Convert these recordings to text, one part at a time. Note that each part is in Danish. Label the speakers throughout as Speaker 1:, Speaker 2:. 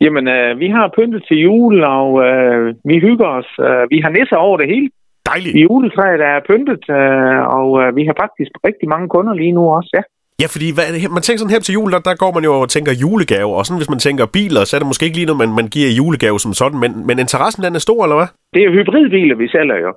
Speaker 1: Jamen, øh, vi har pyntet til jul, og øh, vi hygger os. Øh, vi har nisser over det hele.
Speaker 2: Dejligt.
Speaker 1: Juletræet er pyntet, øh, og øh, vi har faktisk rigtig mange kunder lige nu også, ja.
Speaker 2: Ja, fordi hvad, er det her- man tænker sådan her til jul, der, der går man jo og tænker julegave, og sådan hvis man tænker biler, så er det måske ikke lige noget, man, man giver i julegave som sådan, men, men interessen den er stor, eller hvad?
Speaker 1: Det er jo hybridbiler, vi sælger jo.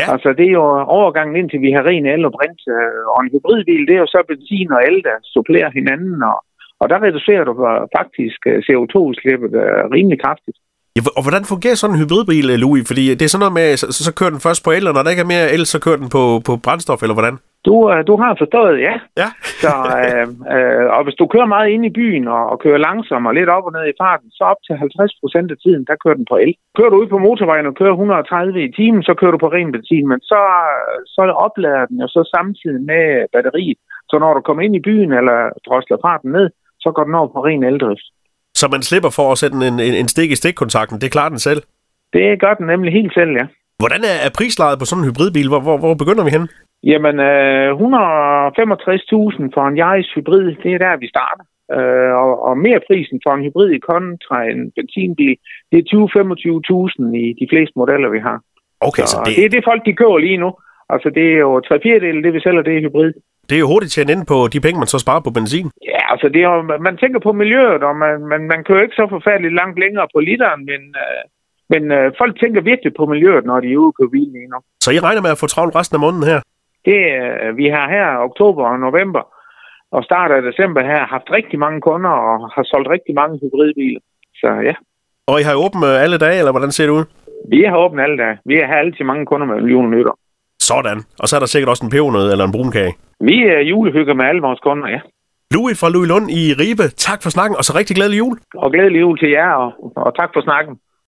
Speaker 2: Ja.
Speaker 1: Altså, det er jo overgangen indtil vi har ren el og brint. øh, Og en hybridbil, det er jo så benzin og el, der supplerer hinanden. Og, og der reducerer du øh, faktisk øh, CO2-udslippet øh, rimelig kraftigt.
Speaker 2: Ja, og hvordan fungerer sådan en hybridbil, øh, Louis? Fordi det er sådan noget med, så, så så kører den først på el, og når der ikke er mere el, så kører den på, på brændstof, eller hvordan?
Speaker 1: Du, øh, du har forstået, ja.
Speaker 2: Ja.
Speaker 1: Så, øh, øh, og hvis du kører meget ind i byen og, og kører langsomt og lidt op og ned i farten, så op til 50 procent af tiden, der kører den på el. Kører du ud på motorvejen og kører 130 i timen, så kører du på ren benzin, men så, så oplader den jo så samtidig med batteriet. Så når du kommer ind i byen eller drosler farten ned, så går den over på ren eldrift.
Speaker 2: Så man slipper for at sætte en, en, en stik i stikkontakten, det klarer den selv.
Speaker 1: Det gør den nemlig helt selv, ja.
Speaker 2: Hvordan er, er prislaget på sådan en hybridbil? Hvor, hvor, hvor begynder vi hen?
Speaker 1: Jamen, øh, 165.000 for en Yaris hybrid, det er der, vi starter. Øh, og, og mere prisen for en hybrid kontra en benzinbil, det er 20-25.000 i de fleste modeller, vi har.
Speaker 2: Okay,
Speaker 1: Så
Speaker 2: så
Speaker 1: det... det
Speaker 2: Altså, det,
Speaker 1: er det, folk de køber lige nu. Altså, det er jo tre fjerdedel, det vi sælger, det er hybrid.
Speaker 2: det er jo hurtigt tjent ind på de penge, man så sparer på benzin.
Speaker 1: Ja, altså, det er jo, man tænker på miljøet, og man, man, man kører ikke så forfærdeligt langt længere på literen, men, øh, men øh, folk tænker virkelig på miljøet, når de er ude og køber bil lige nu.
Speaker 2: Så I regner med at få travlt resten af måneden her?
Speaker 1: Det, øh, vi har her oktober og november og start af december her haft rigtig mange kunder og har solgt rigtig mange hybridbiler. Så ja,
Speaker 2: Og I har åbent øh, alle dage, eller hvordan ser det ud?
Speaker 1: vi har åbent alle dage. Vi har altid mange kunder med millioner nytter.
Speaker 2: Sådan. Og så er der sikkert også en pebernød eller en brunkage.
Speaker 1: Vi er julehygger med alle vores kunder, ja.
Speaker 2: Louis fra Louis Lund i Ribe, tak for snakken, og så rigtig glædelig jul.
Speaker 1: Og glædelig jul til jer, og, og tak for snakken.